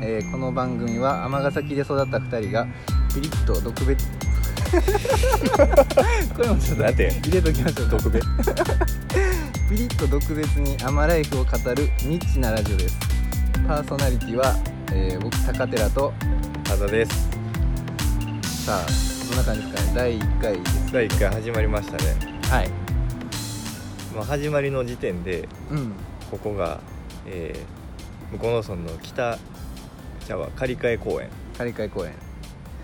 えーこの番組は尼崎で育った2人がピリッと特別これもちょっと待てよ入れときましょうか特別ピリッと特別にアマライフを語るニッチなラジオですパーソナリティは、えー僕高寺とただですさあどんな感じですかね第1回です第1回始まりましたね、はいまあ、始まりの時点でうんここが、えー、向こうの村の北茶は借り換え公園仮会公演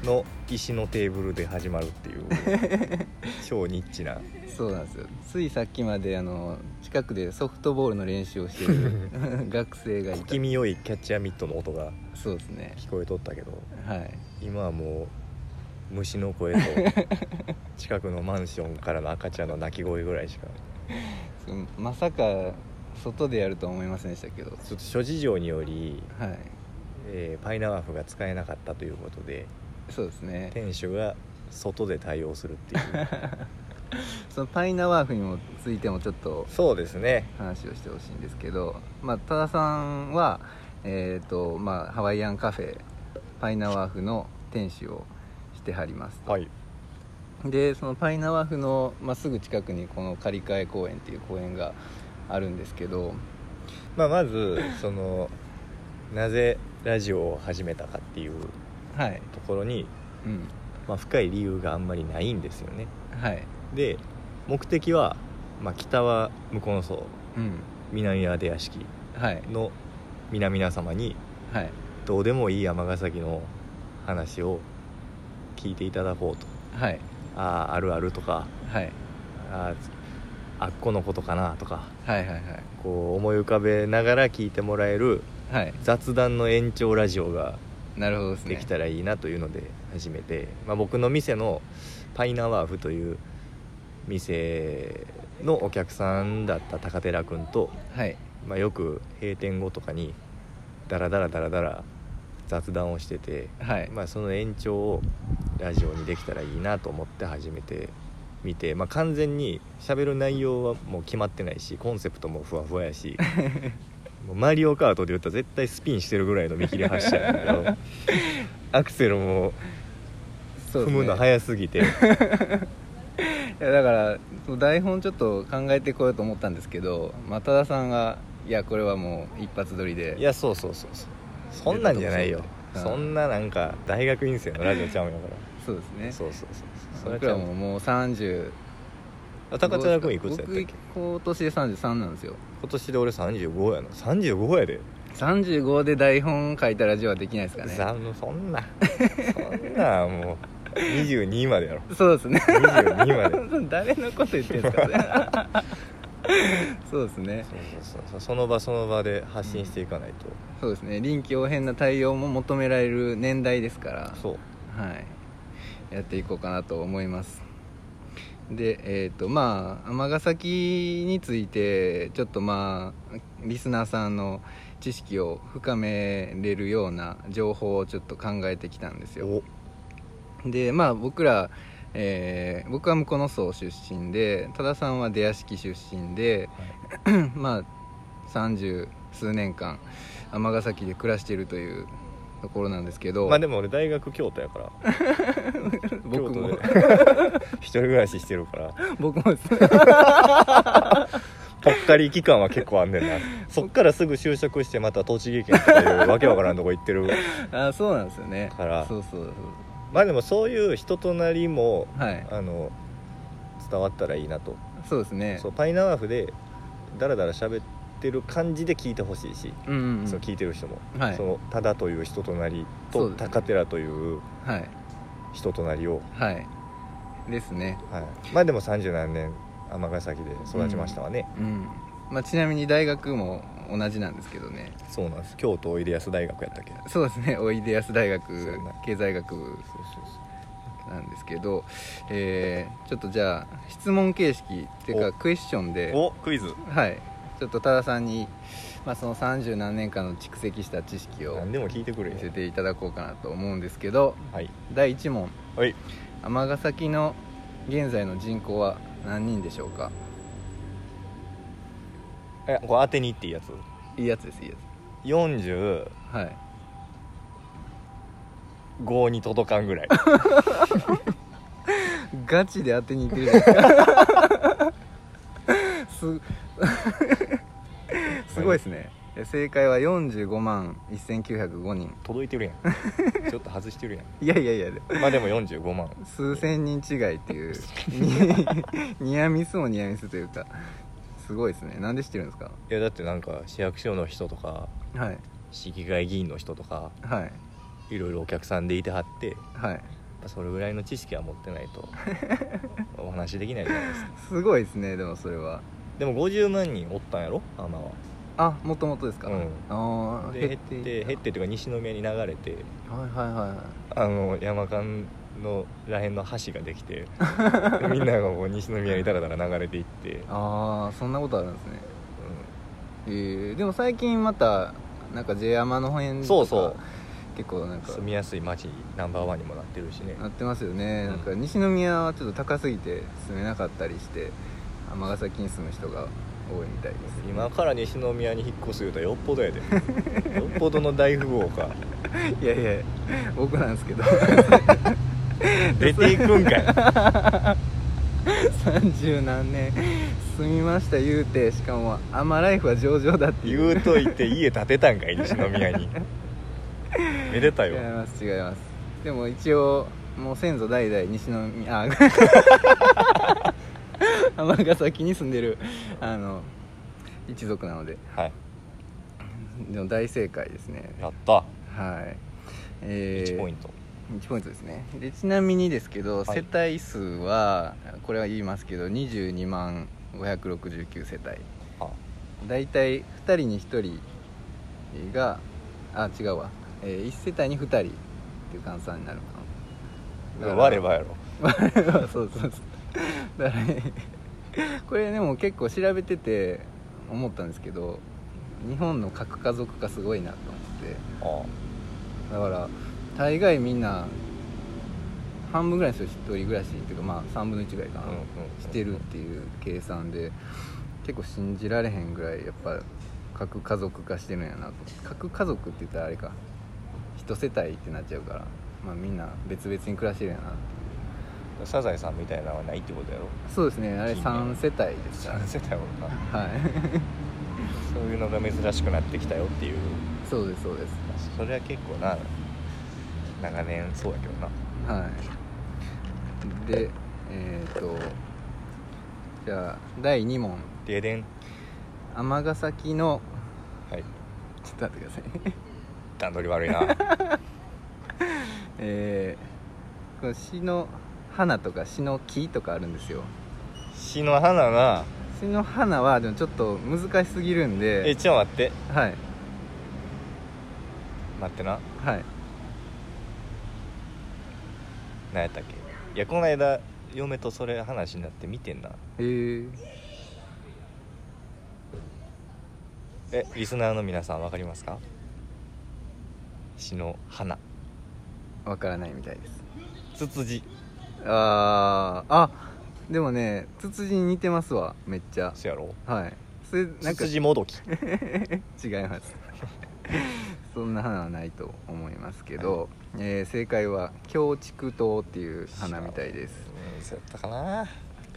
の石のテーブルで始まるっていう 超ニッチなそうなんですよついさっきまであの近くでソフトボールの練習をしている学生がい小た気味良いキャッチャーミットの音がそうですね聞こえとったけどはい今はもう虫の 声と近くのマンションからの赤ちゃんの泣き声ぐらいしかそうまさか外でやるとは思いませんでしたけどちょっと諸事情により、はいえーパイナワーフが使えなかったということでそうですね店主が外で対応するっていう そのパイナワーフにもついてもちょっとそうですね話をしてほしいんですけど、まあ、多田さんは、えーとまあ、ハワイアンカフェパイナワーフの店主をしてはりますとはいでそのパイナワーフの、まあ、すぐ近くにこの借り換え公園っていう公園があるんですけどまあまずそのなぜラジオを始めたかっていうはいところに、うんまあ、深い理由があんまりないんですよねはいで目的は、まあ、北は向こうの層うん南は出屋敷はいの皆々様にはいどうでもいい尼崎の話を聞いていただこうとはいあああるあるとかはいあああっこのことかなとかはいはいこう思い浮かべながら聞いてもらえるはいはい雑談の延長ラジオがなるほどですねできたらいいなというので始めて、まあ、僕の店のパイナワーフという店のお客さんだった高寺君と、はいまあ、よく閉店後とかにダラダラダラダラ雑談をしてて、はい、まあ、その延長をラジオにできたらいいなと思って始めてみて、まあ、完全に喋る内容はもう決まってないしコンセプトもふわふわ やしもうマリオカートで言ったら絶対スピンしてるぐらいの見切り発車やねん けどアクセルもそう踏ですねむの早 すぎていやだからその台本ちょっと考えてこようと思ったんですけど、まあ、多田さんがいやこれはもう一発撮りでいやそうそうそうそうそんなんじゃないようんそんななんか大学院生のラジオちゃうんやからそうですねそうそうそうそうそ僕れらはちゃももう30う高寺君いくつやったっけ僕今年で33なんですよ今年で俺35やな35やで35で台本書いたラジオはできないですかねざんそんなそんなもう22までやろそうですね22まで 誰のこと言ってんですかね そうですねそうそうそうその場その場で発信していかないと、そうですね臨機応変な対応も求められる年代ですからそうはい、やっていこうかなと思いますでえっ、とまあ尼崎についてちょっとまあリスナーさんの知識を深めれるような情報をちょっと考えてきたんですよおでまあ僕ら、えー僕は向こうの層出身で多田さんは出屋敷出身で、まあ30数年間尼崎で暮らしているというところなんですけど、まあでも俺大学京都やから僕も京都で 一人暮らししてるから僕もですぽっかり期間は結構あんね んなそっからすぐ就職してまた栃木県とかいうわけわからんとこ行ってるあそうなんですよねからそうそうまあでもそういう人となりもそうはいあの伝わったらいいなとそうですねそうパイナワーフでダラダラ喋ってる感じで聞いてほしいし、うんうんうんその聞いてる人も、はいそのただという人となりそうとですね高寺というはい人となりを、はいですねはい、まあでも三十何年尼崎で育ちましたわね、うんまあ、ちなみに大学も同じなんですけどねそうなんです京都おいでやす大学やったっけそうですね おいでやす大そう学やな経済学部そうそうなんですけど、えーちょっとじゃあ質問形式っていうかおクエスチョンでおクイズはいちょっと多田さんに、まあ、その30何年間の蓄積した知識を何でも聞いてくれよ見せていただこうかなと思うんですけどはい第1問はい尼崎の現在の人口は何人でしょうかえこれ当てにっていいやついいやつですいいやつ40はい5に届かんぐ らいガチで当てにいってるじゃないですか す すごいですねえ正解は45万1905人届いてるやんちょっと外してるやんいやいやいやでまあでも45万数千人違いっていう にニアミスもニアミスというかすごいですねなんで知ってるんですかいやだってなんか市役所の人とかはい市議会議員の人とかはいいろいろお客さんでいてはってやっはいぱそれぐらいの知識は持ってないと お話できないじゃないですかすごいですねでもそれはでも50万人おったんやろアマはあもともとですか、うんああで減って減ってというか西宮に流れてはいはいはいはいあの山間のらへんの橋ができ てみんながこう西宮にだらだら流れていって、うんああそんなことあるんですねえー、でも最近またなんか J 山の辺とかそうそう結構なんか住みやすい街ナンバーワンにもなってるしねなってますよね、うんなんか西宮はちょっと高すぎて住めなかったりして尼崎に住む人が多いみたいです今から西宮に引っ越す言うたらよっぽどや でよっぽどの大富豪かいやいや僕なんですけ ど出ていくんかい三十何年住みました言うてしかも「アマライフは上々だ」っていう言うといて家建てたんかい西宮 にめでた違いよます違いますでも一応もう先祖代々西宮あ 尼崎に住んでるあの一族なのではいでも大正解ですねやったはいえ1ポイント1ポイントですねでちなみにですけど、はい世帯数はこれは言いますけど22万569世帯あ大体2人に1人があ違うわ、え1世帯に2人っていう換算になるのかなだから我はやろ我々は そうそうそうだからねこれでも結構調べてて思ったんですけど日本の核家族化すごいなと思ってあだから大概みんな半分ぐらいの人1人暮らしっていうかまあ3分の1ぐらいかな、うんうんうんしてるっていう計算で結構信じられへんぐらいやっぱ核家族化してるんやなと核家族って言ったらあれか一世帯ってなっちゃうから、まあ、みんな別々に暮らしてるんやなってサザエさんみたいなのはないってことやろそうですねあれ近3世帯ですかサザエさんやろらなはい そういうのが珍しくなってきたよっていうそうですそうですそれは結構な長年そうやけどなはいでえっ、とじゃあ第2問停電尼崎の はいちょっと待ってください 段取り悪いなえー、この詩の花とか詩の木とかあるんですよ死の花が詩の花はでもちょっと難しすぎるんえでちょっと待ってはい待ってなはい何やったっけいやこの間嫁とそれ話になって見てんなえー、えリスナーの皆さん分かりますか死の花わからないみたいですツツジあーあでもねツツジに似てますわめっちゃそやろはいそれなツんかツジもどき違います そんな花はないと思いますけど、えー正解は京竹糖っていう花みたいですうんそうやったかな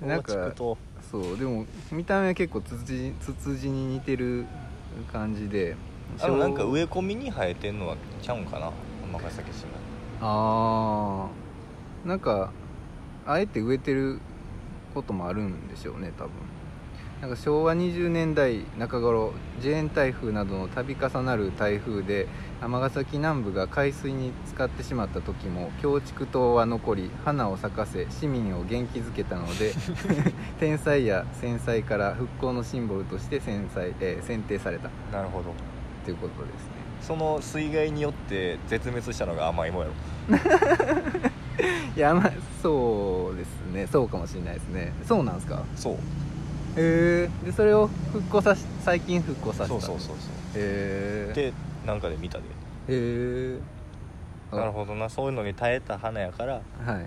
なんか構築とそうでも見た目は結構ツツジツツジに似てる感じであのなんか植え込みに生えてんのはちゃうんかな尼崎市のあーなんかあえて植えてることもあるんでしょうね多分なんか昭和20年代中頃ジェーン台風などの度重なる台風で尼崎南部が海水に浸かってしまった時も京畜島は残り花を咲かせ市民を元気づけたので天才や戦災から復興のシンボルとして戦災、えー選定されたなるほどということですねその水害によって絶滅したのが甘いもんやろいやまあそうですねそうかもしれないですねそうなんですかそうへえでそれを復興さし最近復興させそたうそううそうそへうえでなんかで見たでへえなるほどなそういうのに耐えた花やからどはい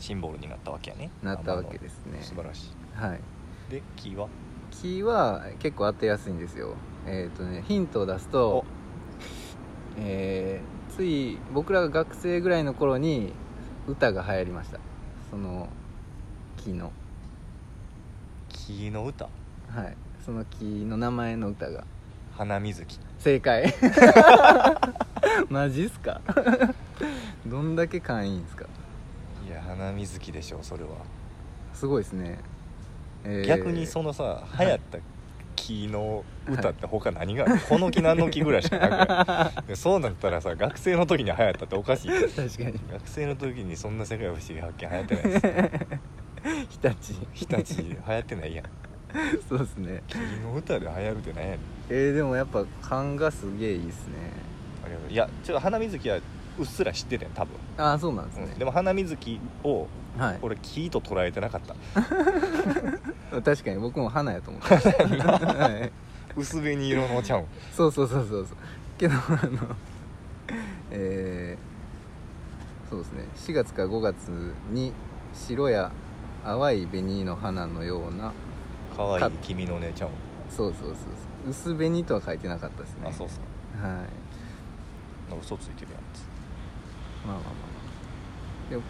シンボルになったわけやねなったわけですね天皇の素晴らしはいいで木は木は結構当てやすいんですよえっ、とねヒントを出すとおえー安い僕らが学生ぐらいの頃に歌が流行りましたその木の木の歌はいその木の名前の歌が花水木正 解マジっすか どんだけ勘いいんすかいや花水木でしょそれは、すごいですね、えー逆にそのさ流行った木の歌って他何がある、 この木何の木ぐらいしかな くないそうなったらさ学生の時に流行ったっておかしい学確かに生の時にそんな世界不思議発見流行ってないですね日立日立流行ってないやん そうですね木の歌で流行るってなんやねんえー、でもやっぱ勘がすげえいいっすねありがとういやちょっと花水木はうっすら知ってたよ多分、ああそうなんですうねん、でも花水木をはい俺木と捉えてなかった確かに僕も花やと思ってました、 はい、薄紅色のちゃうんそうそうそうそうそうけどあのえー、そうですね4月か5月に白や淡い紅の花のような可愛かい君のねちゃうんそうそうそうそう薄紅とは書いてなかったですねあそうっすかはいなんか嘘ついてるやんつまあまあまあでも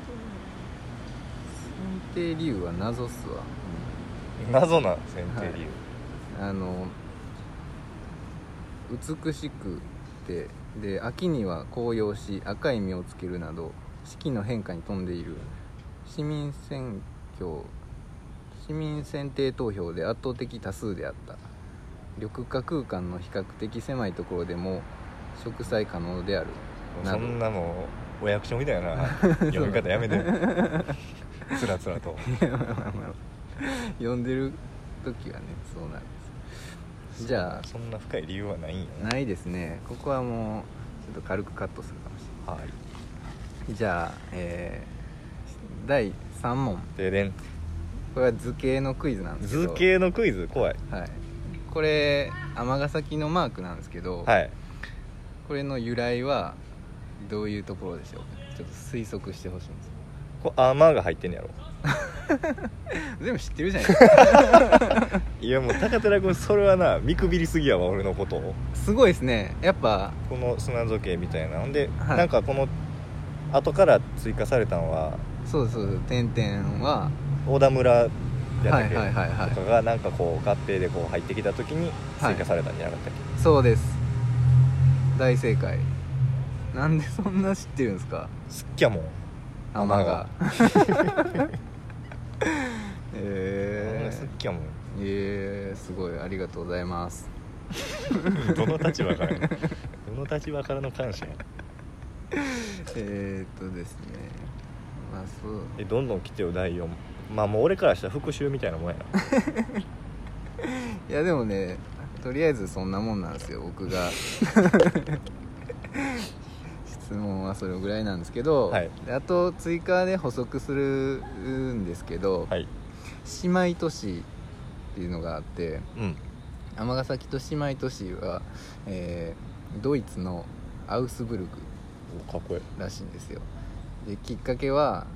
選定理由は謎っすわ、謎な選定理由、あの美しくてで秋には紅葉し赤い実をつけるなど四季の変化に富んでいる市民選挙市民選定投票で圧倒的多数であった緑化空間の比較的狭いところでも植栽可能であるなそどんなもうお役所みた いな読み方やめてつらつらと 読んでる時はねそうなんですじゃそんな深い理由はないんやあないですねここはもうちょっと軽くカットするかもしれないなはいじゃあ、えー第3問ででんこれは図形のクイズなんですけど図形のクイズ怖いはいこれ尼崎のマークなんですけど、はいこれの由来はどういうところでしょうちょっと推測してほしいんですこアーマーが入ってんねやろ全部知ってるじゃないで すかいやもう高寺君それはな見くびりすぎやわ俺のことをすごいですねやっぱこの砂時計みたいなほんで、はいなんかこの後から追加されたのはそうですそうです点々は小田村やはいはいったっけ、はいはとかがなんかこう合併でこう入ってきた時に追加されたんじゃなかったっけ、いそうです大正解なんでそんな知ってるんですかすっきゃもう尼が ほんえですっーきゃもうえー、すごいありがとうございます どの立場からやねんどの立場からの感謝やえー、っとですねまあそうえどんどん来てよ第4まあもう俺からしたら復習みたいなもんやないやでもねとりあえずそんなもんなんですよ僕が質問はそれぐらいなんですけど、はいであと追加で補足するんですけど、はい姉妹都市っていうのがあってうん尼崎と姉妹都市は、えードイツのアウスブルグおかっこいいらしいんですよできっかけは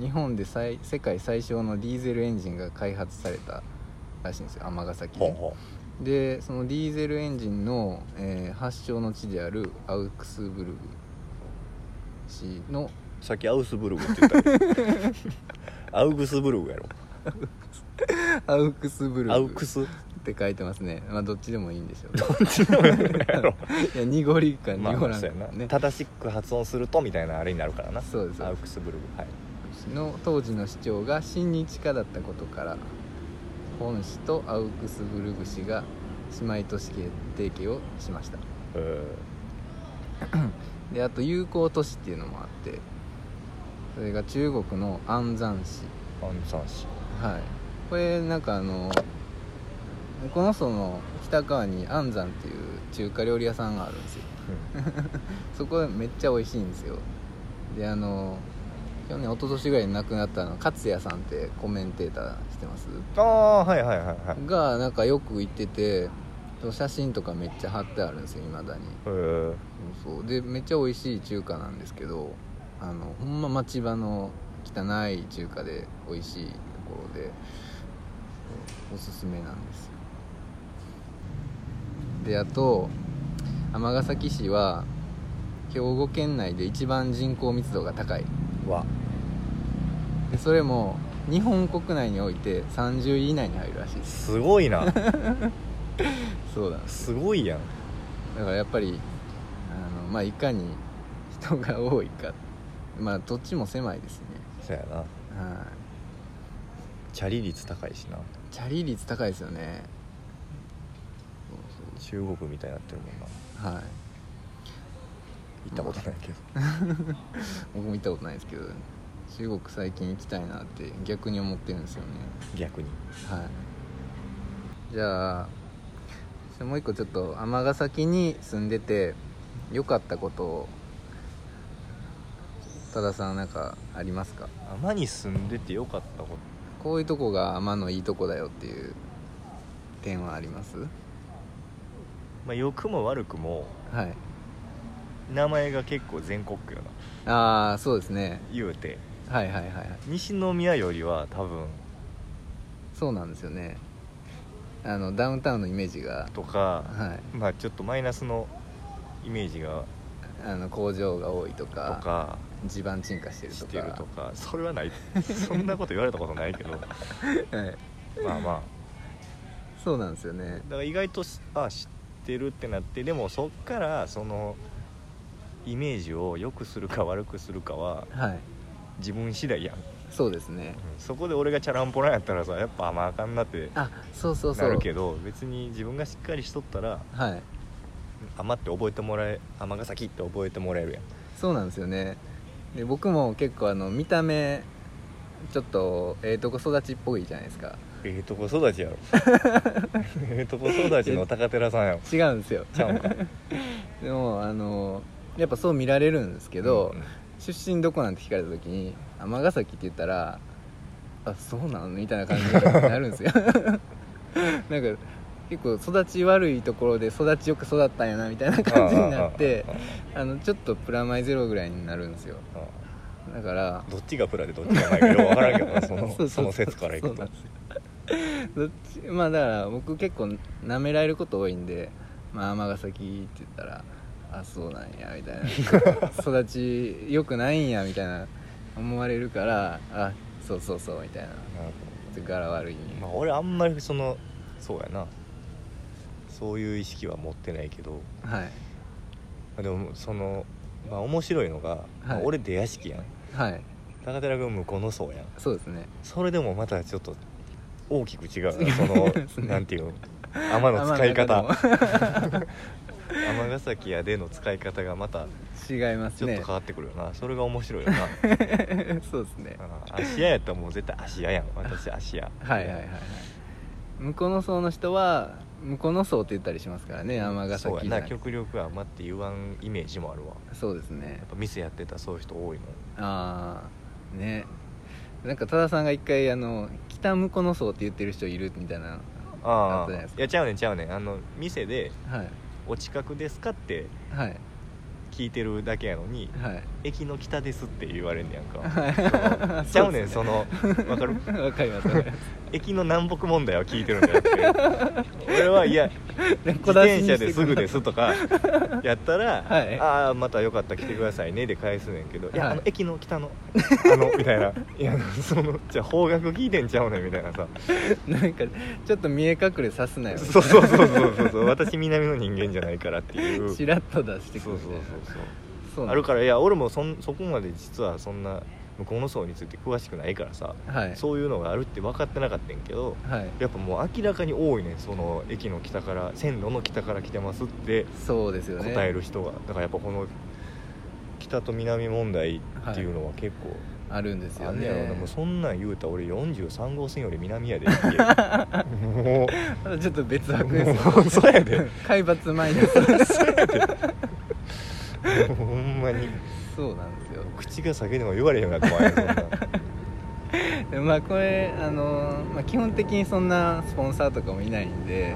日本で最世界最小のディーゼルエンジンが開発されたらしいんですよ尼崎ほうでほでそのディーゼルエンジンの、えー発祥の地であるアウクスブルグ市のうさっきアウスブルグって言ったよ アウグスブルグやろアウクスブルアウクグスって書いてますねまあどっちでもいいんでしょうやろ いや濁りかまあ濁らんそかうやな、ね正しく発音するとみたいなあれになるからなそうですアウクスブルグはいの当時の市長が親日家だったことから本市とアウクスブルグ市が姉妹都市決定権をしましたえであと友好都市っていうのもあってそれが中国の安山市ーアンサン氏はいこれなんかあのこの人の北川に安山っていう中華料理屋さんがあるんですよそこめっちゃ美味しいんですよであの去年一昨年ぐらいに亡くなったあの勝也さんってコメンテーターしてますああはいはいはいはいへがなんかよく行ってて写真とかめっちゃ貼ってあるんですよいまだにえそうそうでめっちゃ美味しい中華なんですけどあのほんま町場の汚い中華で美味しいところでそうおすすめなんですよであと尼崎市は兵庫県内で一番人口密度が高いはでそれも日本国内において30位以内に入るらしいですすごいなそうなんですすごいやんだからやっぱりあの、まあ、いかに人が多いかまあ土地も狭いですねそうやなはチャリ率高いしないチャリ率高いですよね中国みたいになってるもんなはい行ったことないけど僕も行ったことないですけど中国最近行きたいなって逆に思ってるんですよね 逆にはいじゃあもう一個ちょっと尼崎に住んでて良かったことを多田さんなんかありますか尼に住んでてよかったここういうとこが天のいいとこだよっていう点はありますと、まあ、良くも悪くもはい名前が結構全国区よなああそうですね言うてはいはいはいはい西宮よりは多分そうなんですよねあのダウンタウンのイメージがとか、はいまあちょっとマイナスのイメージがあの工場が多いととかか地盤沈下してるとしかてるとかそれはないそんなこと言われたことない けどはい、まあまあそうなんですよねだから意外としあ知ってるってなってでもそっからそのイメージを良くするか悪くするかははい自分次第やん、そうですねそこで俺がチャランポランやったらさやっぱ甘あかんなってあそうそうそなうるけど別に自分がしっかりしとったらはい甘って覚えてもらえ甘が先って覚えてもらえるやんそうなんですよねで僕も結構あの見た目ちょっとええとこ育ちっぽいじゃないですかええとこ育ち やろええとこ育ちの高寺さんやろ違うんですよちゃうんかでもあのやっぱそう見られるんですけど、うんうん出身どこなんて聞かれた時に尼崎って言ったらあそうなのみたいな感じになるんですよ なんか結構育ち悪いところで育ちよく育ったんやなみたいな感じになってああああのちょっとプラマイゼロぐらいになるんですよあああだからあどっちがプラでどっちがマイかようわからんけどな そのうううその説からいくそうなとんですよどっちまあだから僕結構なめられること多いんで「まあ尼崎」って言ったら「あそうなんや」みたいな「 育ち良くないんや」みたいな思われるから「あそうそうそう」みたいななるほちょっと柄悪いどまあ俺あんまりそのそうやなそういう意識は持ってないけどはいでもそのまあ面白いのが、まあ俺出屋敷やんはい高寺君向こうの層やんそうですねそれでもまたちょっと大きく違う違うなその、ですねなんていうの天の使い方天の中尼崎やでの使い方がまたでも 違いまちすょっとね変わってくるよな、それが面白いよ なそうですねうん芦屋やったらもう絶対芦屋やん私芦屋はいはいはいはい向こうの層の人は向こうの層って言ったりしますからね尼そう崎やじゃななくて極力は待って言わんイメージもあるわそうですねやっぱ店やってたらそういう人多いもんああねなんか多田さんが一回あの北向こうの層って言ってる人いるみたいなあっあたじゃないですいやちゃうねんちゃうねんあの店ではい「お近くですか?」ってはい聞いてるだけやのにはい 「駅の北です」って言われんねやんかはいそのちゃうねんそそのわかるわかりますわかりま 駅の南北問題は聞いてるんじゃ なくて俺はいやす自転車ですぐですとかやったら「はいああまたよかったら来てくださいね」で返すねんけど「いや、はいあの駅の北のあの」みたいな「いやそのじゃあ方角聞いてんちゃうねん」みたいなさなんかちょっと見え隠れさすなよそうそうそうそうそうそう私南の人間じゃないからっていうチラッと出してくそるうみそうたそいうなそうあるからいや俺もそんそこまで実はそんな向こうの層について詳しくないからさ、らはいそういうのがあるって分かってなかったんやけどはいやっぱもう明らかに多いねんその駅の北から線路の北から来てますってそうですよね答える人が、だからやっぱこの北と南問題っていうのは結構、あるんですあよんねやろねなもうそんなん言うたら俺43号線より 南やでっていうもうただ ちょっと別枠ですもう そうやでよ 海抜マイナス ほんまにそうなんですよ口が裂けても言われへんようになってもらえるでまあこれあの、まあ、基本的にそんなスポンサーとかもいないんで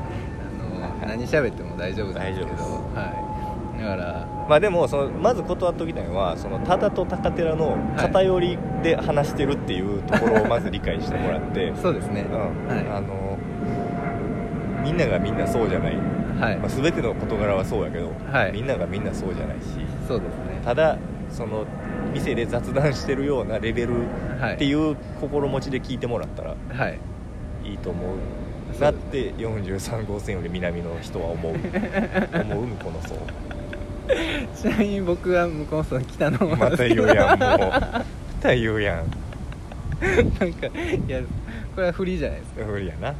あの何喋っても大丈夫なんですけど大丈夫はいだからそんなまあでもそのまず断っときたいのはそのタダと高寺の偏りで話してるっていうところをまず理解してもらって、そうですねうんはいあのみんながみんなそうじゃないはいまあ、全ての事柄はそうやけど、はいみんながみんなそうじゃないしそうですねただその店で雑談してるようなレベルはいっていう心持ちで聞いてもらったらはいいいと思うそうなって43号線より南の人は 思う思う向こうの層ちなみに僕は向こうその北の方なん まですたけ言どうやんもうまた言うやん なんかいやこれはフリーじゃないですか無理やな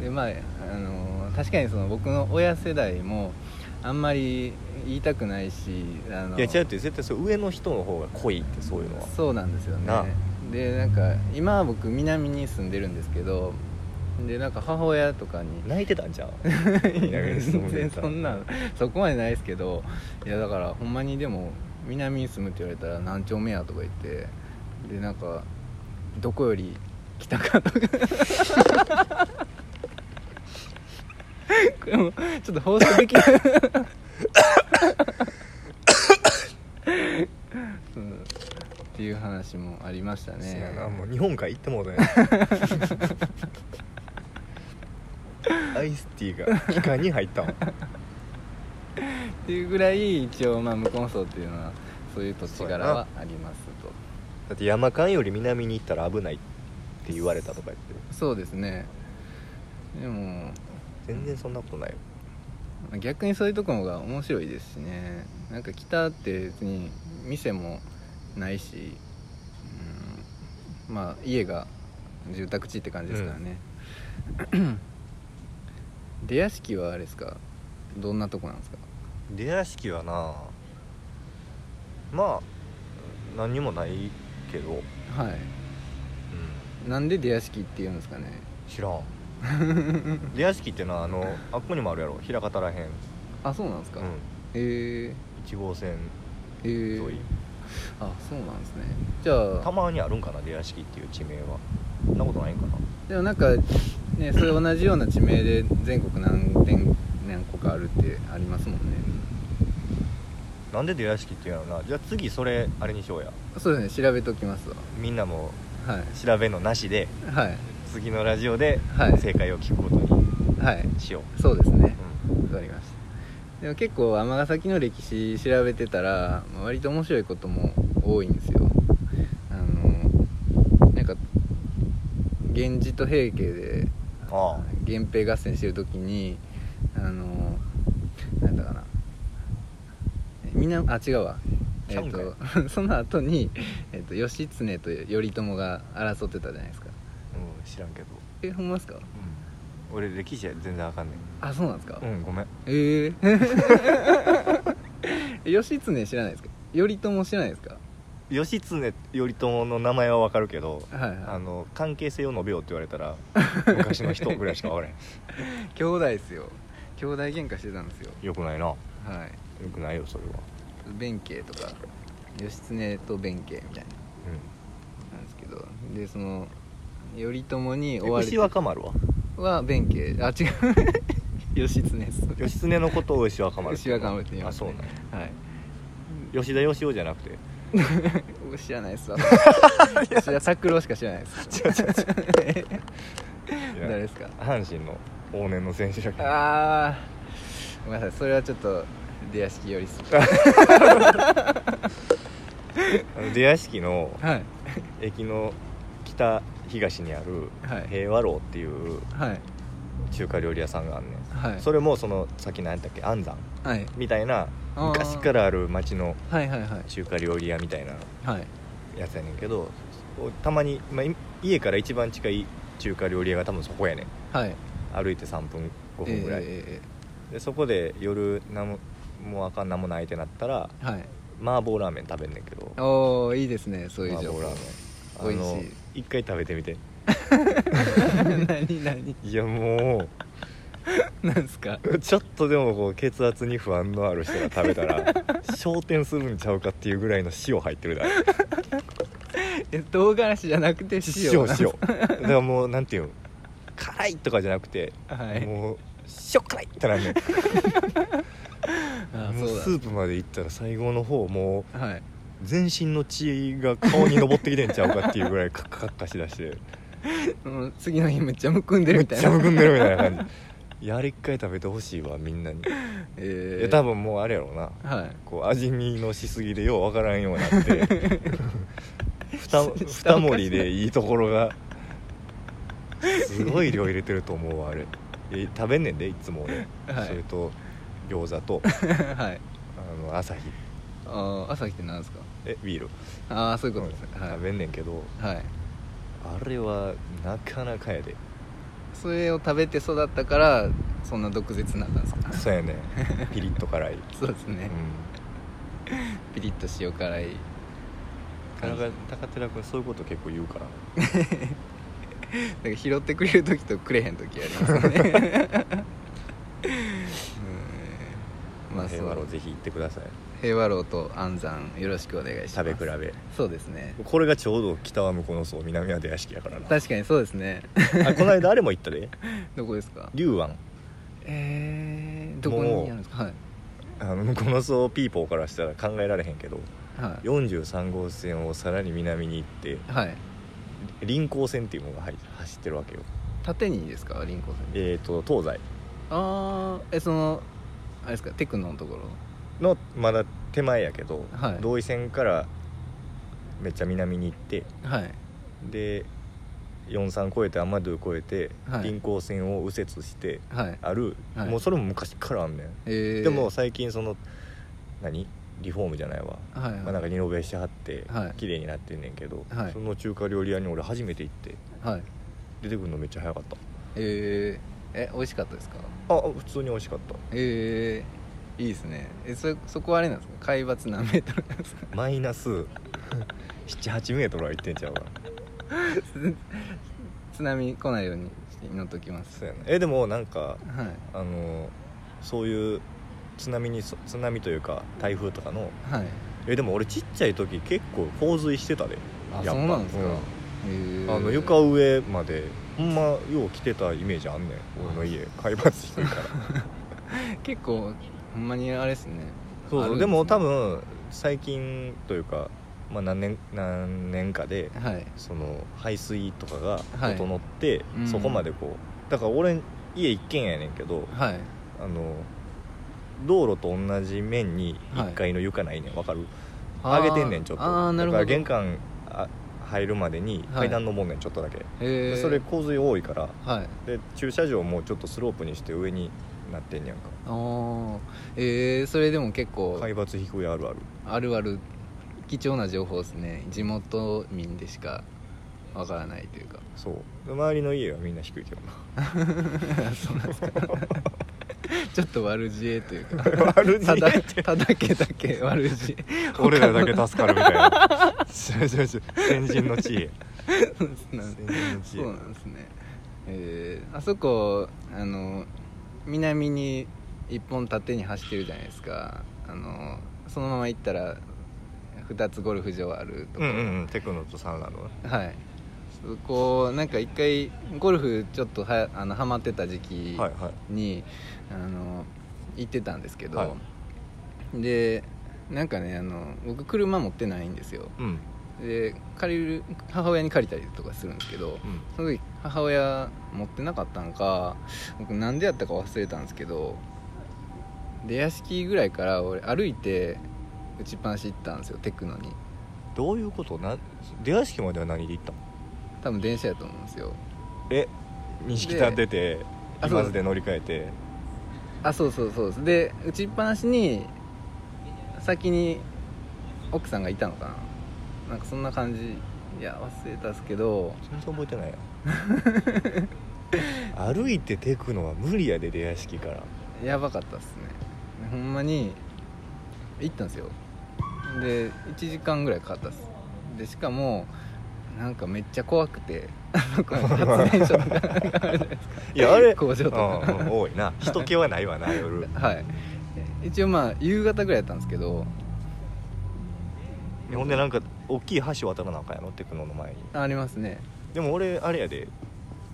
でまあ、あの確かにその僕の親世代もあんまり言いたくないしあのいや違うって絶対それ上の人の方が濃いってそういうのはそうなんですよねなあでなんか今は僕南に住んでるんですけどでなんか母親とかに泣いてたん じゃん全然そんなうそこまでないですけどいやだからほんまにでも南に住むって言われたら何丁目やとか言ってでなんかどこより北かとか これもちょっと放送できないうんっていう話もありましたねやなもう日本海行ってもうた やんアイスティーが気管に入ったわっていうぐらい一応まあ無根層っていうのはそういう土地柄はありますとだって山間より南に行ったら危ないって言われたとか言ってそうですねでも全然そんなことないよ逆にそういうところが面白いですしねなんか北って別に店もないし、うん、まあ家が住宅地って感じですからね、出屋敷はあれですかどんなとこなんですか出屋敷はなまあ何にもないけど、はいなんで出屋敷っていうんですかね 知らん出屋敷ってのはあのあっこにもあるやろ枚方らへん、うん、あそうなんですか、へえ1号線え沿い、ー、あそうなんですねじゃあたまにあるんかな出屋敷っていう地名はそんなことないんかなでもなんかねそれ同じような地名で全国何点何個かあるってありますもんねなんで出屋敷っていうのなじゃあ次それあれにしようやそうですね調べときますわみんなもはい調べのなしではい次のラジオではい正解を聞くことはいにしよう、そうですねうんわかりましたでも結構尼崎の歴史調べてたらまあ割と面白いことも多いんですよあのなんか源氏と平家でああ源平合戦してる時にあのなんだかなえみなあ違うわえっ、と その後にえっ、と義経と頼朝が争ってたじゃないですかうん、知らんけど、えほんまですか俺歴史は全然あかんねあそうなんですか、んうんごめんえ え義経知らないですか頼朝知らないですか義経頼朝の名前はわかるけどはいはいあの関係性を述べようって言われたら昔の人ぐらいしか分からへん兄弟ですよ兄弟喧嘩してたんですよよくないなよはいくないよそれは弁慶とか義経と弁慶みたいなうなんですけどでその頼朝に追んわれ牛て若丸はは弁慶あ違う 義経です義経のことを牛若丸牛若丸って言いあますそうねなんはや い吉田義雄じゃなくて僕知らないで すわ吉田拓郎しか知らないです 誰ですか阪神の往年の選手だけどあーごめんなさいそれはちょっと出屋敷よりっすあの出屋敷のはい駅の北東にあるはい平和楼っていうはい中華料理屋さんがあんねんはいそれもそのさっき何やったっけ安山はいみたいなあー昔からある町のはいはいはい中華料理屋みたいなはいやつやねんけどたまに、まあ、い家から一番近い中華料理屋が多分そこやねんはい歩いて3分5分ぐらい、えでそこで夜なんももうあかんなんもないってなったらー、はい麻婆ラーメン食べんねんけどおーいいですねそういう麻情婆報ラーメンあの美味し一回食べてみて 何何いやもなんすかうち ょっとでもこう血圧に不安のある人が食べたら焦点するんちゃうかっていうぐらいの塩入ってるだろえ唐辛子じゃなくて塩塩塩だからもうなんていうん辛いとかじゃなくて、はいもう塩辛いってなんねんあもうスそうープまで行ったら最後の方もうだはい全身の血が顔に上ってきてんちゃうかっていうぐら いカッカカッカしだしてうん次の日めっちゃむくんでめるっみたいちゃなむくんでるみたいな感いやあれ一回食べてほしいわみんなに、 えいや多分もうあれやろうなはい こう味見のしすぎでようわからんようになって ふた二盛りでいいところがすごい量入れてると思うわあれえ食べんねんでいつも俺、はいそれと餃子とはいあの朝日あー朝日ってなんですかえビールああそういうことですねうんはい食べんねんけどはいあれはなかなかやでそれを食べて育ったからそんな毒舌になったんですかそうやねピリッと辛い、そうですう ねん、ピリッと塩辛い田中高寺君そういうこと結構言うからだから拾ってくれる時とくれへん時ありますよ ねうんまあそう平和路ぜひ行ってください平和楼と安山よろしくお願いします食べ比べそうですねこれがちょうど北は向こうの層南は出屋敷やからな 確かにそうですね あこの間あれも行ったでどこですか龍安えー、どこにあるんですかはいあの向こうの層ピーポーからしたら考えられへんけどはい43号線をさらに南に行ってはい臨港線っていうのが入走ってるわけよ縦にですか林檎線えっ、と東西ああえそのあれですかテクノのところのまだ手前やけど、はい同意線からめっちゃ南に行ってはいで43越えて天竜越えてはい臨港線を右折してはいある、はいもうそれも昔からあんねん、えー、でも最近その何リフォームじゃないわ、はいはいまあ、なんかリノベーションはってはい綺麗になってんねんけど、はいその中華料理屋に俺初めて行ってはい出てくるのめっちゃ早かっえー、え美味しかったですかたあ普通に美味しかったええいいですねえそそこはあれなんですか海抜何メートルなんですか マイナス78メートルは行ってんちゃうか津波来ないように祈っときますそうやなえでもなんかはいあのそういう津波にそ津波というか台風とかのはいえでも俺ちっちゃい時結構洪水してたであやっぱそうなんですか、うんえあの床上までほんまよう来てたイメージあんねん俺の家海抜 低いから結構ほんまにあれですねそうあそるんうすねでも多分最近というか、まあ、何年何年かではいその排水とかがはい整って、うんそこまでこうだから俺家一軒やねんけどはいあの道路と同じ面に1階の床ないねんわかる上げてんねんちょっとああなるほどだから玄関あ入るまでにはい階段登んねんちょっとだけ、えでそれ洪水多いからはいで駐車場もちょっとスロープにして上になってんねやんかあーえー、それでも結構海抜低いあるあるあるある貴重な情報ですね地元民でしかわからないというかそうで周りの家はみんな低い けどなそうなんですかちょっと悪知恵というか悪知恵ただただけだけ悪知恵 俺らだけ助かるみたいなそうそうそう先人の 知恵そうですね先人の知そ恵うなんですねえーあそこあの南に一本縦に走ってるじゃないですかあのそのまま行ったら2つゴルフ場あるとうこ、んうんうんテクノとサウナのはいそこなんか一回ゴルフちょっとはあのハマってた時期はいはいに、あの行ってたんですけど、はでなんかねあの僕車持ってないんですようんで借りる母親に借りたりとかするんですけどうんその時母親持ってなかったんか僕なんでやったか忘れたんですけど出屋敷ぐらいから俺歩いて打ちっぱなし行ったんですよテクノにどういうことな出屋敷までは何で行ったの多分電車やと思うんですよえ錦田出てあ今津で乗り換えてあそうそうそうですで打ちっぱなしに先に奥さんがいたのかななんかそんな感じいや忘れたっすけど全然覚えてないやん 歩いてテクノは無理やで出屋敷からやばかったっすねほんまに行ったんですよで1時間ぐらいかかったっすでしかもなんかめっちゃ怖くてなんか発電所とかなんかあるじゃないですかいやあれ 工場とかうんうん多いな人気はないわ な夜はい一応まあ夕方ぐらいやったんですけどほんでなんか大きい橋渡らなあかんやろテクノの前にありますねでも俺あれやで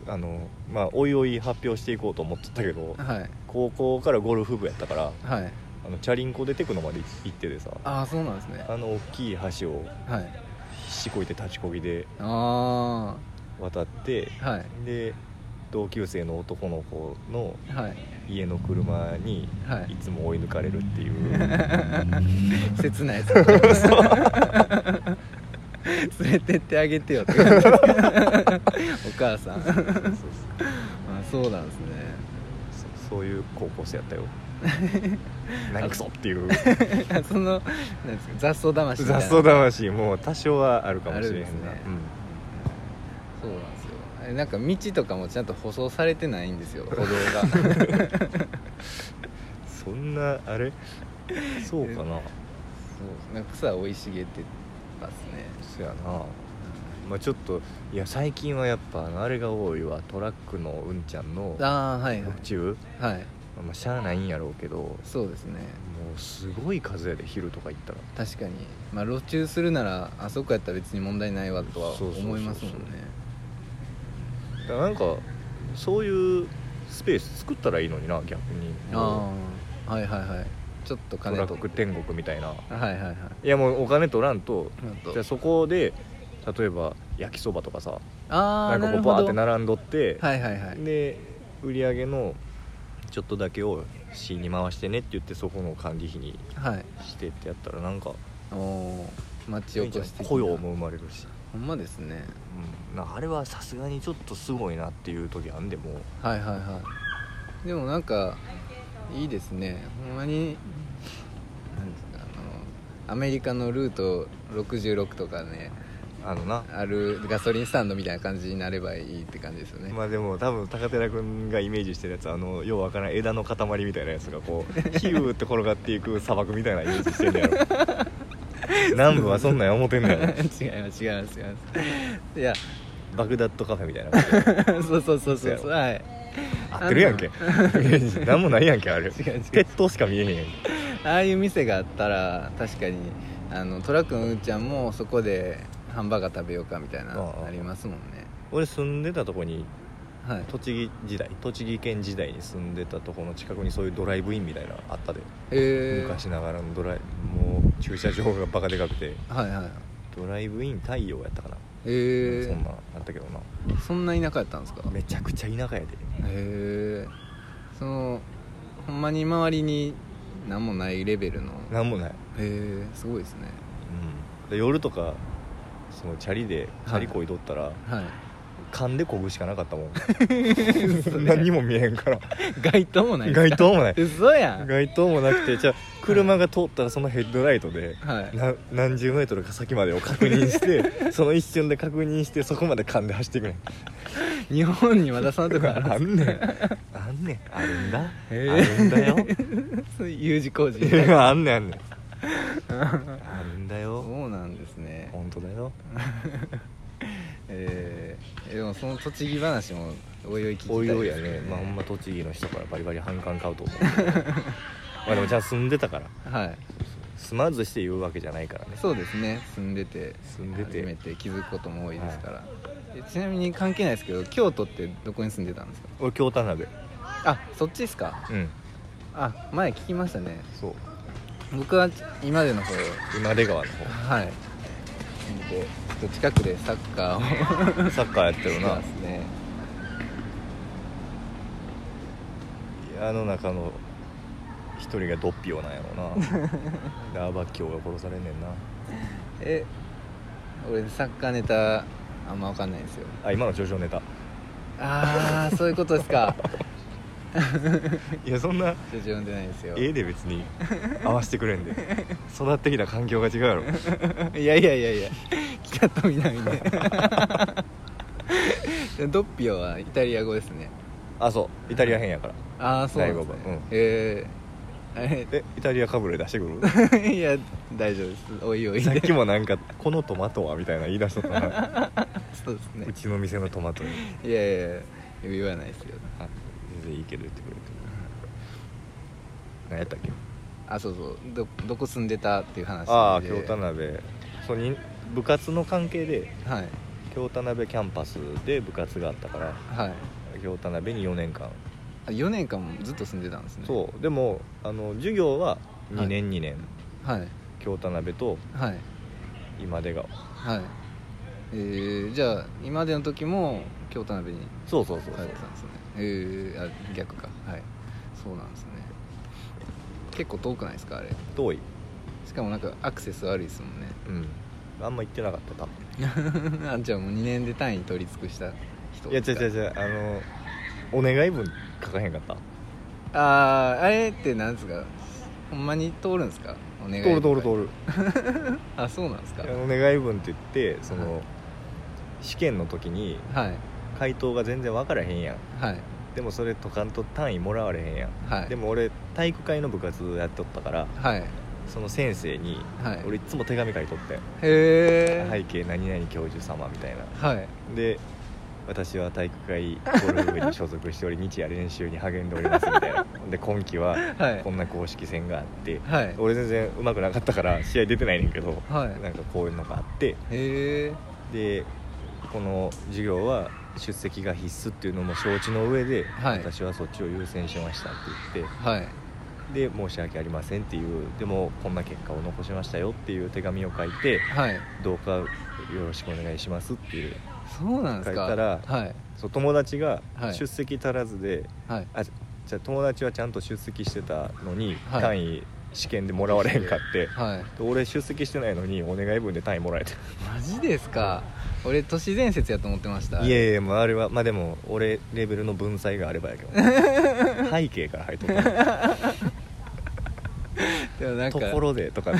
あのまあおいおい発表していこうと思っとったけどはい高校からゴルフ部やったからはいあのチャリンコでテクノまで行っててさああそうなんですねあの大きい橋をはい必死こいて立ちこぎであ渡ってあはいで同級生の男の子のはい家の車にはいいつも追い抜かれるっていう、 切ないで すね連れてってあげてよって 感じお母さんそうそうあそうなんですねそうそういう高校生や ったよ何クソっていうあそのなんですか雑草魂みたい雑な草魂も多少はあるかもしれへあんなるんですねうそんうなんですよあれなんか道とかもちゃんと舗装されてないんですよ 歩道がそんなあれそうそかなうなんか草生い茂ってますねそうやなまあちょっといや最近はやっぱあれが多いわトラックのうんちゃんのああはいはい特注はいまあしゃあないんやろうけどもそうですねうすごい数やで昼とか行ったら確かにまあ路中するならあそこやったら別に問題ないわとはそうそうそうそう思いますもんねだからなんかそういうスペース作ったらいいのにな逆にああはいはいはいちょっとト金ラ取ッってク天国みたいなはいはいはいいやもうお金取らんとなんとじゃあそこで例えば焼きそばとかさあなあんなかこるうほバーっどてはい並んどって、はいはいで売り上げのちょっとだけを C に回してねって言ってそこの管理費にはいしてってやったらなんかおお町おこし的な雇用も生まれるし、ほんまですねうん、なんかあれはさすがにちょっとすごいなっていう時あんでもうはいはいはいでもなんかいいですねほんまになんですかあのアメリカのルート66とかねあのなあるガソリンスタンドみたいな感じになればいいって感じですよね、まあでも多分高寺君がイメージしてるやつあのようわからん枝の塊みたいなやつがこう ヒューって転がっていく砂漠みたいなイメージしてんねやろ 南部はそんなん思ってん違いねやろます違います違いますいやバグダッドカフェみたいなことそうそうそうそそううやろそうはい合ってるやんけ何も ないやんけあれ違う違う鉄塔しか見えへんやんけああいう店があったら確かにあのトラックのうーちゃんもそこでハンバーガー食べようかみたいなああありますもんね俺住んでたとこにはい栃木時代栃木県時代に住んでたとこの近くにそういうドライブインみたいなのあったで、えー、昔ながらのドライもう駐車場がバカでかくてはいはいドライブイン太陽やったかな、えそんー、なんあったけどなそんな田舎やったんですかへめちゃくちゃ田舎やでえそのほんまに周りに何もないレベルのへなんもない、えすごいですねうん、で夜とかそのチャリでチャリこいとったら、はい 噛んでこぐしかなかったもん何も見えへんから街灯もないんですか 街灯もない嘘や ん街灯もなくてじゃあ車が通ったらそのヘッドライトで、はいな何十メートルか先までを確認し てその一瞬で確認してそこまで噛んで走っていくねん日本にまだそんなとこあるんあですんねんあんねんあるんだ、へえあるんだ よそういう U 字工 事あんねんあんねんあるんだよそうなんですね本当だよえー、でもその栃木話もおいおい聞きたいおいおいやですけねどまあほんま栃木の人からバリバリ反感買うと思う まあでもじゃあ住んでたからはい住まずして言うわけじゃないからねそうですね住んでて住んでて初めて気づくことも多いですから、えちなみに関係ないですけど京都ってどこに住んでたんですか俺京田辺あそっちですかうんあ前聞きましたねそう僕は今での方今出川の方はいでちょっと近くでサッカーを サッカーやってるしてなますねあの中の一人がドッピオなんやろ なラーバッキョが殺されんねんなえ俺サッカーネタあんま分かんないんですよあ今の上昇ネタああそういうことですかいやそんなちょっと読んでないんですよ絵で別に合わせてくれんで育ってきた環境が違うやろいやいやいやいや北と南で ドッピオはイタリア語ですね あそうイタリア編やからああそうなんですね第五番うんえーあれえイタリアかぶれ出してくる いや大丈夫ですおいおい さっできもなんか「このトマトは?」みたいな言い出しとった なそうですねうちの店のトマトにいやいやいや言わないですよあ全然いいけど言ってくれて何やったっけあそうそうどどこ住んでたっていう話でああ京田辺そうに部活の関係ではい京田辺キャンパスで部活があったからはい京田辺に4年間あ4年間もずっと住んでたんですねそうでもあの授業はは2い年2年、はい京田辺とはい今出川はいえー、じゃあ今までの時も今日田辺にそうそうそう帰そっうてたんですねえー、あ逆かはいそうなんですね結構遠くないですかあれ遠いしかもなんかアクセス悪いですもん ねうんあんま行ってなかった多分あじゃあもう2年で単位取り尽くした人いや違う違う違うあのお願い文書かへんかったあーあれってなんですかほんまに通るんですかお願い通る通る通るるあそうなんですかお願い文って言ってその、はい試験の時にはい回答が全然分からへんやんはいでもそれ解かんと単位もらわれへんやん、はいでも俺体育会の部活やっとったからはいへその先生に、はい俺いつも手紙書いとってんえ背景何々教授様みたいなはいで私は体育会ゴルフ部に所属 しており日夜練習に励んでおりますみたいなで今季ははいこんな公式戦があって、はい俺全然うまくなかったから試合出てないねんけど、はいなんかこういうのがあってへえでこの授業は出席が必須っていうのも承知の上で、はい私はそっちを優先しましたって言っはいてで申し訳ありませんっていうでもこんな結果を残しましたよっていう手紙を書いてはいどうかよろしくお願いしますっていうそうなんですか書いたらはいそう友達がはい出席足らずで、はいあじゃあ友達はちゃんと出席してたのに、はい単位試験でもらわれへんかってはいで俺出席してないのにお願い文で単位もらえたマジですか俺都市伝説やと思ってましたいやいやもうあれはまあでも俺レベルの分際があればやけ ど背景から入っとったでもなんかところでとか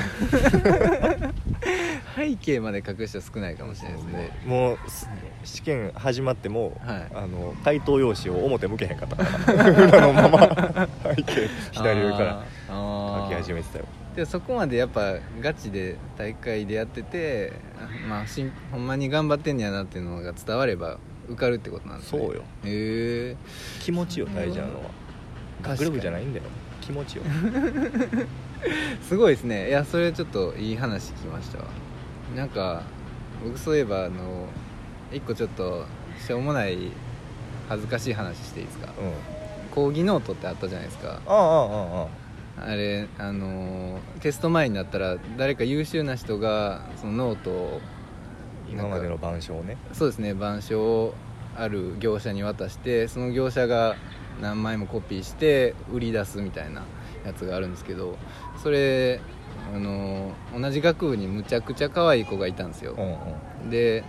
背景まで隠した人少ないかもしれないですねもうす試験始まっても、はいあの回答用紙を表向けへんかったから 裏のまま背景左上から書書き始めてたよでそこまでやっぱガチで大会でやっててあまあしんほんまに頑張ってんやなっていうのが伝われば受かるってことなんですねそうよへえ気持ちよ大事なのは確かに学力じゃないんだよ気 持ちよすごいですねいやそれちょっといい話聞きましたわなんか僕そういえばあの一個ちょっとしょうもない恥ずかしい話していいですかうん講義ノートってあったじゃないですかあああああああれあのーテスト前になったら誰か優秀な人がそのノートを今までの板書をねそうですね板書をある業者に渡してその業者が何枚もコピーして売り出すみたいなやつがあるんですけどそれあの同じ学部にむちゃくちゃ可愛い子がいたんですようん、うんで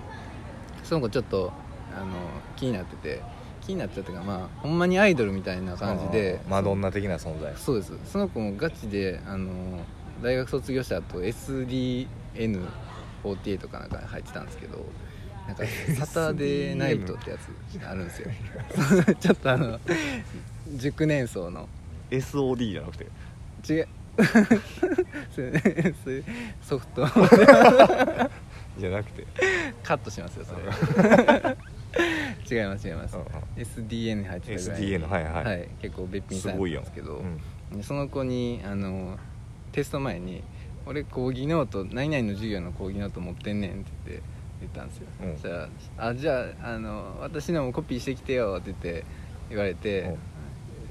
その子ちょっとあの気になってて気になっちゃったかまあほんまにアイドルみたいな感じでうんマドンナ的な存在そうですその子もガチであの大学卒業した後 SDN48 かなんかに入ってたんですけどなん かサタデーナイトってやつあるんですよちょっとあの熟年層の SOD じゃなくて違う それそれソフ トじゃなくてカットしますよそ れ違います違いますうんうん SDN に入ってたぐらい SDN はいはいはい、結構べっぴんすさんやごいったんやんですけどうんでその子にあのテスト前に「俺講義ノート何々の授業の講義ノート持ってんねん」って言って言ったんですよ、うんそしたらあ「じゃああの私のもコピーしてきてよ」って言って言われて、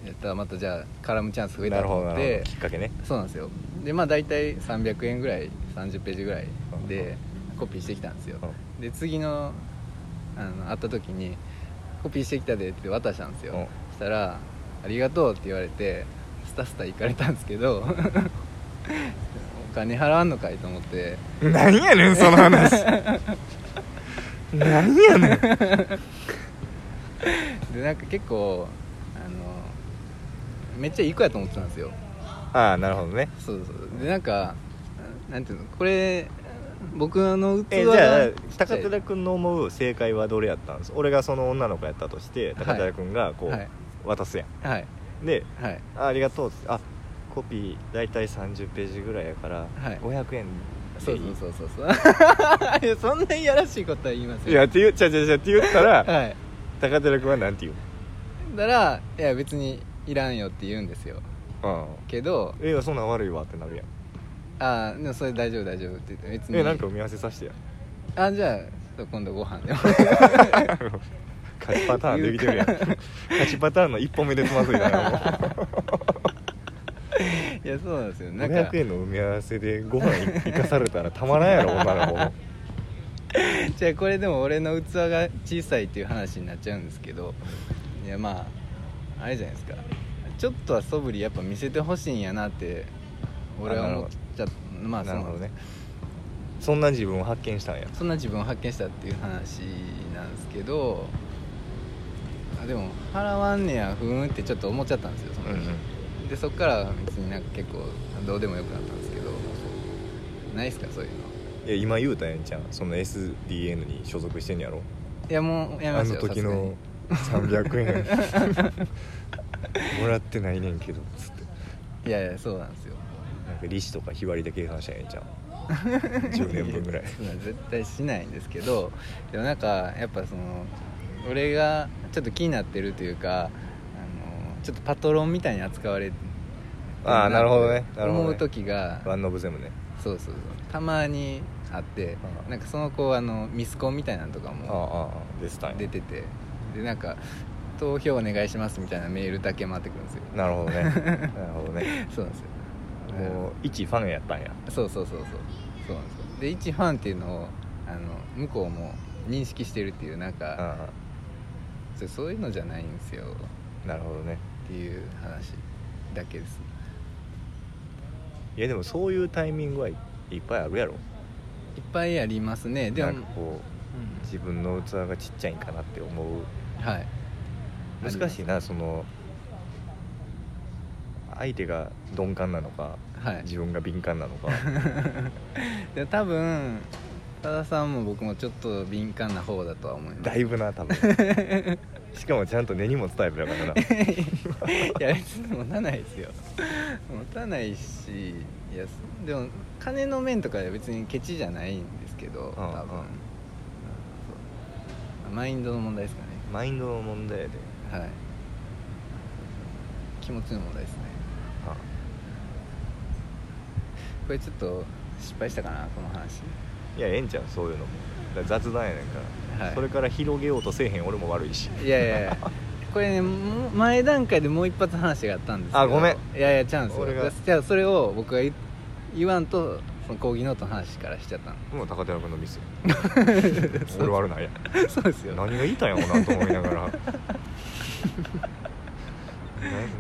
やったらまたじゃあ絡むチャンス増えなたるとほど思なっるてほどきっかけねそうなんですよでまあ大体300円ぐらい30ページぐらいでコピーしてきたんですよ、で次のあの会った時に「コピーしてきたで」って渡したんですよ、うんそしたら「ありがとう」って言われてスタスタ行かれたんですけど お金払わんのかいと思って何や ねんその話何やねんでなんか結構あのめっちゃいい子やと思ってたんですよああなるほどねそうそうでなんかなんていうのこれ僕の器えじがゃあちっちゃ高い寺君の思う正解はどれやったんです俺がその女の子やったとしてはい高寺君がこはいう渡すやん、はいではいあ「ありがとう」っつってあコピー大体30ページぐらいやから、はい500円そうそううそうそうそう いやそんないやらしいことは言いませんいやって言っちゃちゃちゃって言ったら はい高寺君はなんて言うだから「いや別にいらんよ」って言うんですようんけどえそんなん悪いわってなるやん「ああでもそれ大丈夫大丈夫」って言って別にえなんか埋め合わせさせてやあじゃあ今度ご飯 でも勝ちパターンできてるやん勝ちパターンの一歩目でつまずいたなもういや そうなんですよなんか 500円の埋め合わせでご飯行かされたらたまらんやろ女の子もじゃあこれでも俺の器が小さいっていう話になっちゃうんですけどいやまああれじゃないですかちょっとは素振りやっぱ見せてほしいんやなって俺は思っちゃったまあなそるのほどねそんな自分を発見したんやそんな自分を発見したっていう話なんですけどあでも払わんねやふーんってちょっと思っちゃったんですよその時、でそっから別になんか結構どうでもよくなったんですけどないっすかそういうのいや今言うたやんちゃんその SDN に所属してんやろいやもうやめあましのたよ時の300円もらってないねんけどつっていやいやそうなんですよなんか利子とか日割りで計算したんやんちゃん 10年分ぐ らいいや絶対しないんですけどでもなんかやっぱその俺がちょっと気になってるというかあのちょっとパトロンみたいに扱われてああなるほどねなるほどね思う時がワンオブゼムねそうそうそうたまにあってああなんかその子あのミスコンみたいなのとかああもああですたん出ててでなんか「投票お願いします」みたいなメールだけ回ってくるんですよなるほど ねなるほどねそうなんですよもう一ファンやったんやそうそうそうそうそうなんですよで一ファンっていうのをあの向こうも認識してるっていうなんかあそそういうのじゃないんですよあなるほどねっていう話だけですいやでもそういうタイミングはいいっぱいあるやろいっぱいありますねでも、なんかこう自分の器がちっちゃいんかなって思ううんはい難しいなその相手が鈍感なのか、はい自分が敏感 なのかで多分多田さんも僕もちょっと敏感な方だとは思いますだいぶな多分しかもちゃんと根に持つタイプだか らないや別に持たないですよ持たないしいやそでも金の面とかは別にケチじゃないんですけど多分、うんうんそうマインドの問題ですかマインドの問題やでねはい気持ちの問題ですねあこれちょっと失敗したかなこの話いやええんちゃんそういうのもだから雑談やねんから、はいそれから広げようとせえへん俺も悪いしいやいやいやこれねもう前段階でもう一発話があったんですけどあごめんいやいやちゃうんですよ俺がじゃあそれを僕が言言わんとその講義ノートの話からしちゃったのもう高寺君の ミス俺悪ないやそうですよ何が言いたいんやろうなと思いな がらな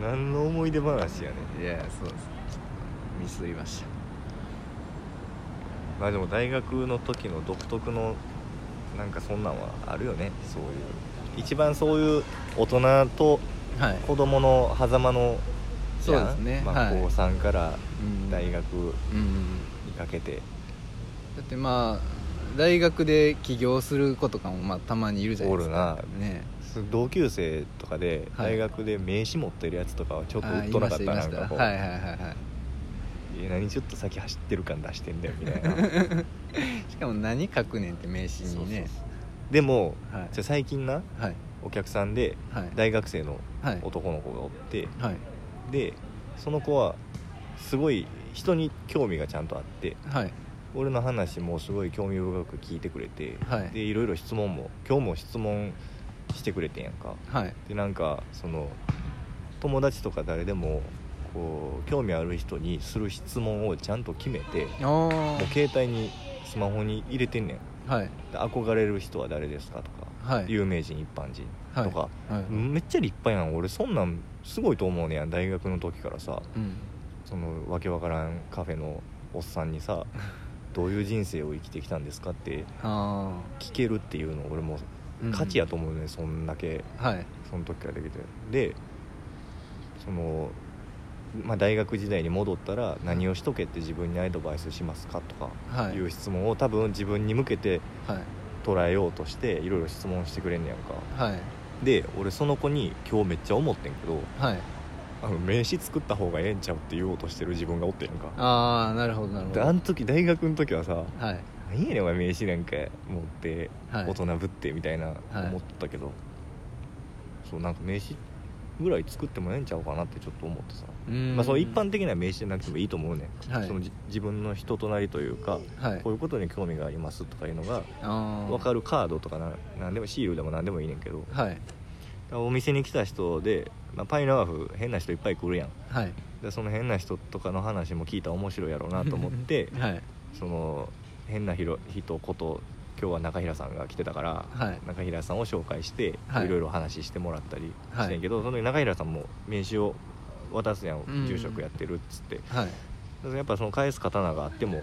何の思い出話やねんいやそうですミスりましたまあでも大学の時の独特のなんかそんなんはあるよねそういう一番そういう大人とはい、子供の狭間のそうですねじゃんまはあ、い高3からうん大学にうんかけて、だってまあ大学で起業する子とかもまあたまにいるじゃないですかおるね同級生とかではい大学で名刺持ってるやつとかはちちょっとうっとなかったなんかこう、はいはいはいはえ何ちょっと先走ってる感出してんだよみたい いなしかも何書くねんって名刺にねそうそうでも、はいじゃあ最近なはいお客さんではい大学生のはい男の子がおって、はいでその子はすごい人に興味がちゃんとあってはい俺の話もすごい興味深く聞いてくれて、はいでいろいろ質問も今日も質問してくれてんやんかはいでなんかその友達とか誰でもこう興味ある人にする質問をちゃんと決めておもう携帯にスマホに入れてんねんはいで憧れる人は誰ですかとか、はい有名人一般人はいとか、はいめっちゃ立派やん俺そんなんすごいと思うねやん大学の時からさうんそのわけわからんカフェのおっさんにさどういう人生を生きてきたんですかってあ聞けるっていうの俺もあ価値やと思うね、そんだけはいその時からできてでその、まあ、大学時代に戻ったら何をしとけって自分にアドバイスしますかとかはいいう質問を多分自分に向けてはい捉えようとしていろいろ質問してくれんねやんかはいで俺その子に今日めっちゃ思ってんけどはいあの名刺作った方がええんちゃうって言おうとしてる自分がおってんやんかああなるほどなるほでどあの時大学の時はさはい「何やねんお前名刺なんか持って、はい大人ぶって」みたいなはい思ったけど、そうなんか名刺ぐらい作ってもええんちゃうかなってちょっと思ってさ、うんまあ、その一般的な名刺じゃなくてもいいと思うねん、はいそのじ自分の人となりというか、はいこういうことに興味がありますとかいうのがあ分かるるカードとかな何でもシールでも何でもいいねんけどはいお店に来た人で、まあ、パイナワフ変な人いっぱい来るやんはいでその変な人とかの 話も聞いたら面白いやろうなと思ってはいその変なひろ人こと今日は中平さんが来てたから、はい中平さんを紹介して、はいい、ろいろ話してもらったりはいしてんけど、その時中平さんも名刺を渡すやん、ん住職やってるっつってだはいからやっぱその返す刀があっても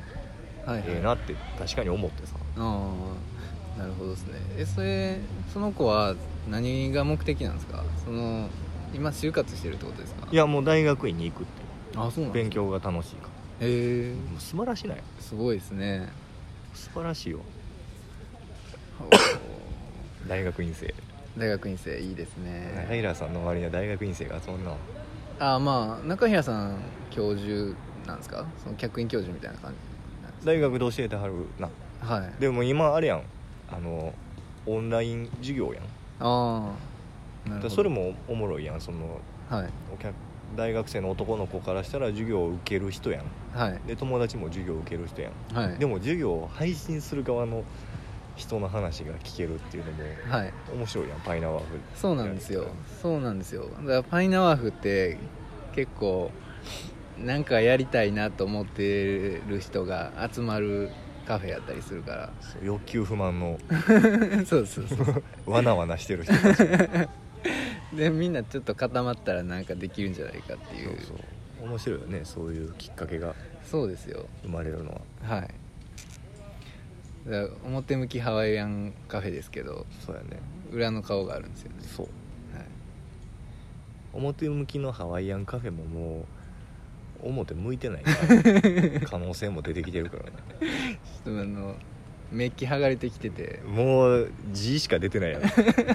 はいはいええなって確かに思ってさああなるほどですねえそれその子は何が目的なんですかその今就活してるってことですかいやもう大学院に行くってあそうなんです勉か強が楽しいからへえもう素晴らしいなよすごいです ね素晴らしいよおー大学院生大学院生いいです中ね平さんの周りには大学院生がそんなああまあ中平さん教授なんですかその客員教授みたいな感じなんです大学で教えてはるなかはいでも今あれやんあのオンライン授業やんああなるほだからどそれもおもろいやんそのはいお客大学生の男の子からしたら授業を受ける人やんはいで友達も授業を受ける人やんはいでもも授業を配信する側の人の話が聞けるっていうのもはい面白いやんパイナワーフそうなんですよそうなんですよだからパイナワーフって結構なんかやりたいなと思ってる人が集まるカフェやったりするかそう欲求不満のら そうそう そうわなわなしてる人たちそうでみんなちょっと固まったらなんかできるんじゃないかって いうそうそう面白いよねそういうきっかけがですよ生まれるのははいだから表向きハワイアンカフェですけどそうやね裏の顔があるんですよね、そうはい、表向きのハワイアンカフェももう表向いてないから 可能性も出てきてるからねちょっとあのメッキ剥がれてきててもう字しか出てないやろ ちょっと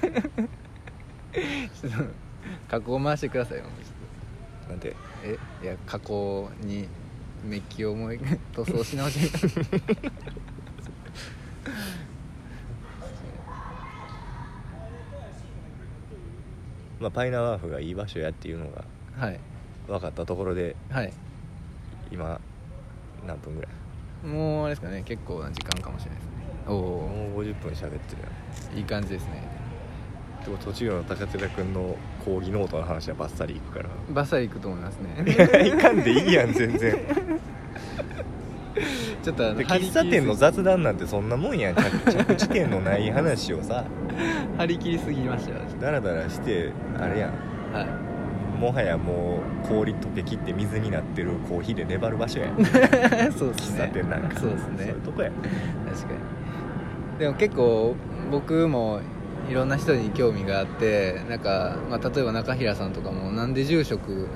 加工回してくださいもうちょっとなんてえいや加工にメッキを思い塗装し直しまあ、パイナワーフがいい場所やっていうのがはい分かったところではい今何分ぐらいもうあれですかね結構な時間かもしれないですねおおもう50分喋ってるやんいい感じですねでも途中の高寺君の講義ノートの話はバッサリいくからバッサリいくと思いますね いかんでいいやん全然ちょっとあので喫茶店の雑談なんてそんなもんやん着着地点のない話をさ張り切りすぎましたよダラダラしてあれやんはもはやもう氷溶けきって水になってるコーヒーで粘る場所やんいそうです喫ね茶店なんかそうですそういねうとこやん確かにでも結構僕もいろんな人に興味があってなんか、まあ、例えば中平さんとかもなんで住職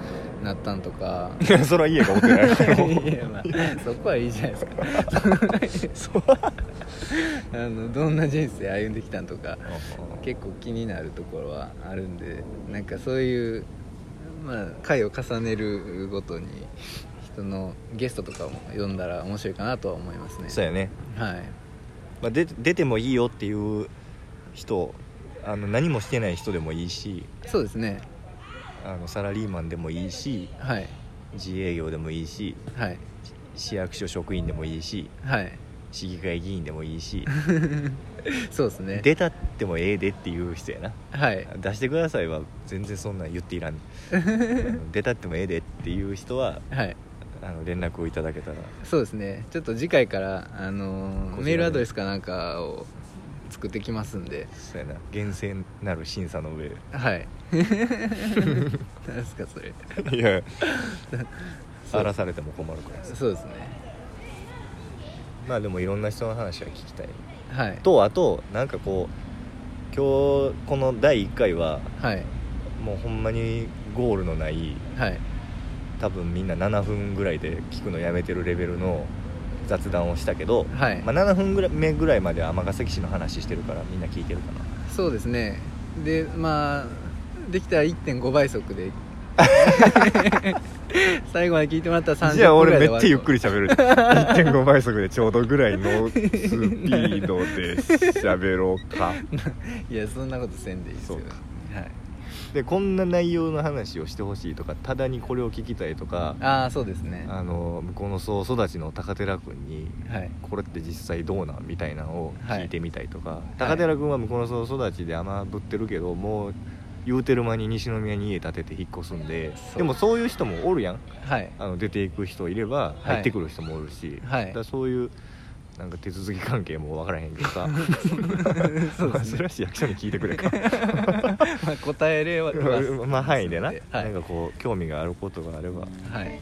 なったんとかい やそれは家が持ってないか らいやまあそこはいいじゃないですか そうあのどんな人生歩んできたんとか結構気になるところはあるんでなんかそういう、まあ、回を重ねるごとに人のゲストとかも呼んだら面白いかなとは思いますねそうやね、はいまあ、で出てもいいよっていう人あの何もしてない人でもいいしそうですねあのサラリーマンでもいいしはい自営業でもいいしはい市役所職員でもいいしはい市議会議員でもいいしそうですね出たってもええでっていう人やなはい出してくださいは全然そんなん言っていらんあの出たってもええでっていう人ははいあの連絡をいただけたらそうですねちょっと次回から、あのーこちらにメールアドレスかなんかを作ってきますんでそうやな厳正なる審査の上はい 何ですかそれいやそう荒らされても困るからそうですねまあでもいろんな人の話は聞きたいはいとあとなんかこう今日この第1回ははいもうほんまにゴールのないはい多分みんな7分ぐらいで聞くのやめてるレベルの雑談をしたけど、はいまあ、7分ぐらい目ぐらいまでは尼崎市の話してるからみんな聞いてるかなそうですねでまあできたら1.5倍速 で最後まで聞いてもらったら30分じぐゃあら俺いめでっ終わちゃるゆっくり喋る1.5倍速でちょうどぐらいのスピードで喋ろうかいやそんなことせんでいいですよそうかはい、でこんな内容の話をしてほしいとかただにこれを聞きたいとかああそうですねはあの向こうの総育ちの高寺君にいこれって実際どうなんみたいなのを聞いてみたいとか、い高寺君は向こうの総育ちで雨ぶってるけどもう言うてる間に西宮に家建てて引っ越すんでそうでもそういう人もおるやんはいあの出ていく人いればはい入ってくる人もおるし、はいだからそういうなんか手続き関係も分からへんけどさ そうでまあす そねれは市役所に聞いてくれか まあ答えれはまあ範囲でな、はいなんかこう興味があることがあればはい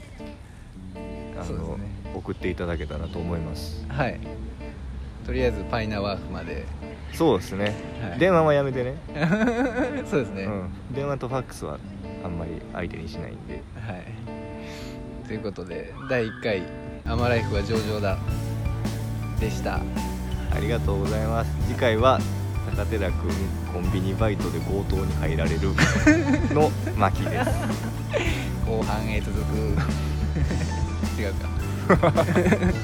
あそうですの、ね送っていただけたらと思いますはいとりあえずパイナワーフまで、 そうですね、はい電話はやめてね、そうですね、うん、電話とファックスはあんまり相手にしないんではいということで第1回「アマライフは上々だ」でしたありがとうございます次回は高寺君コンビニバイトで強盗に入られる の巻です 後半へ続く違うか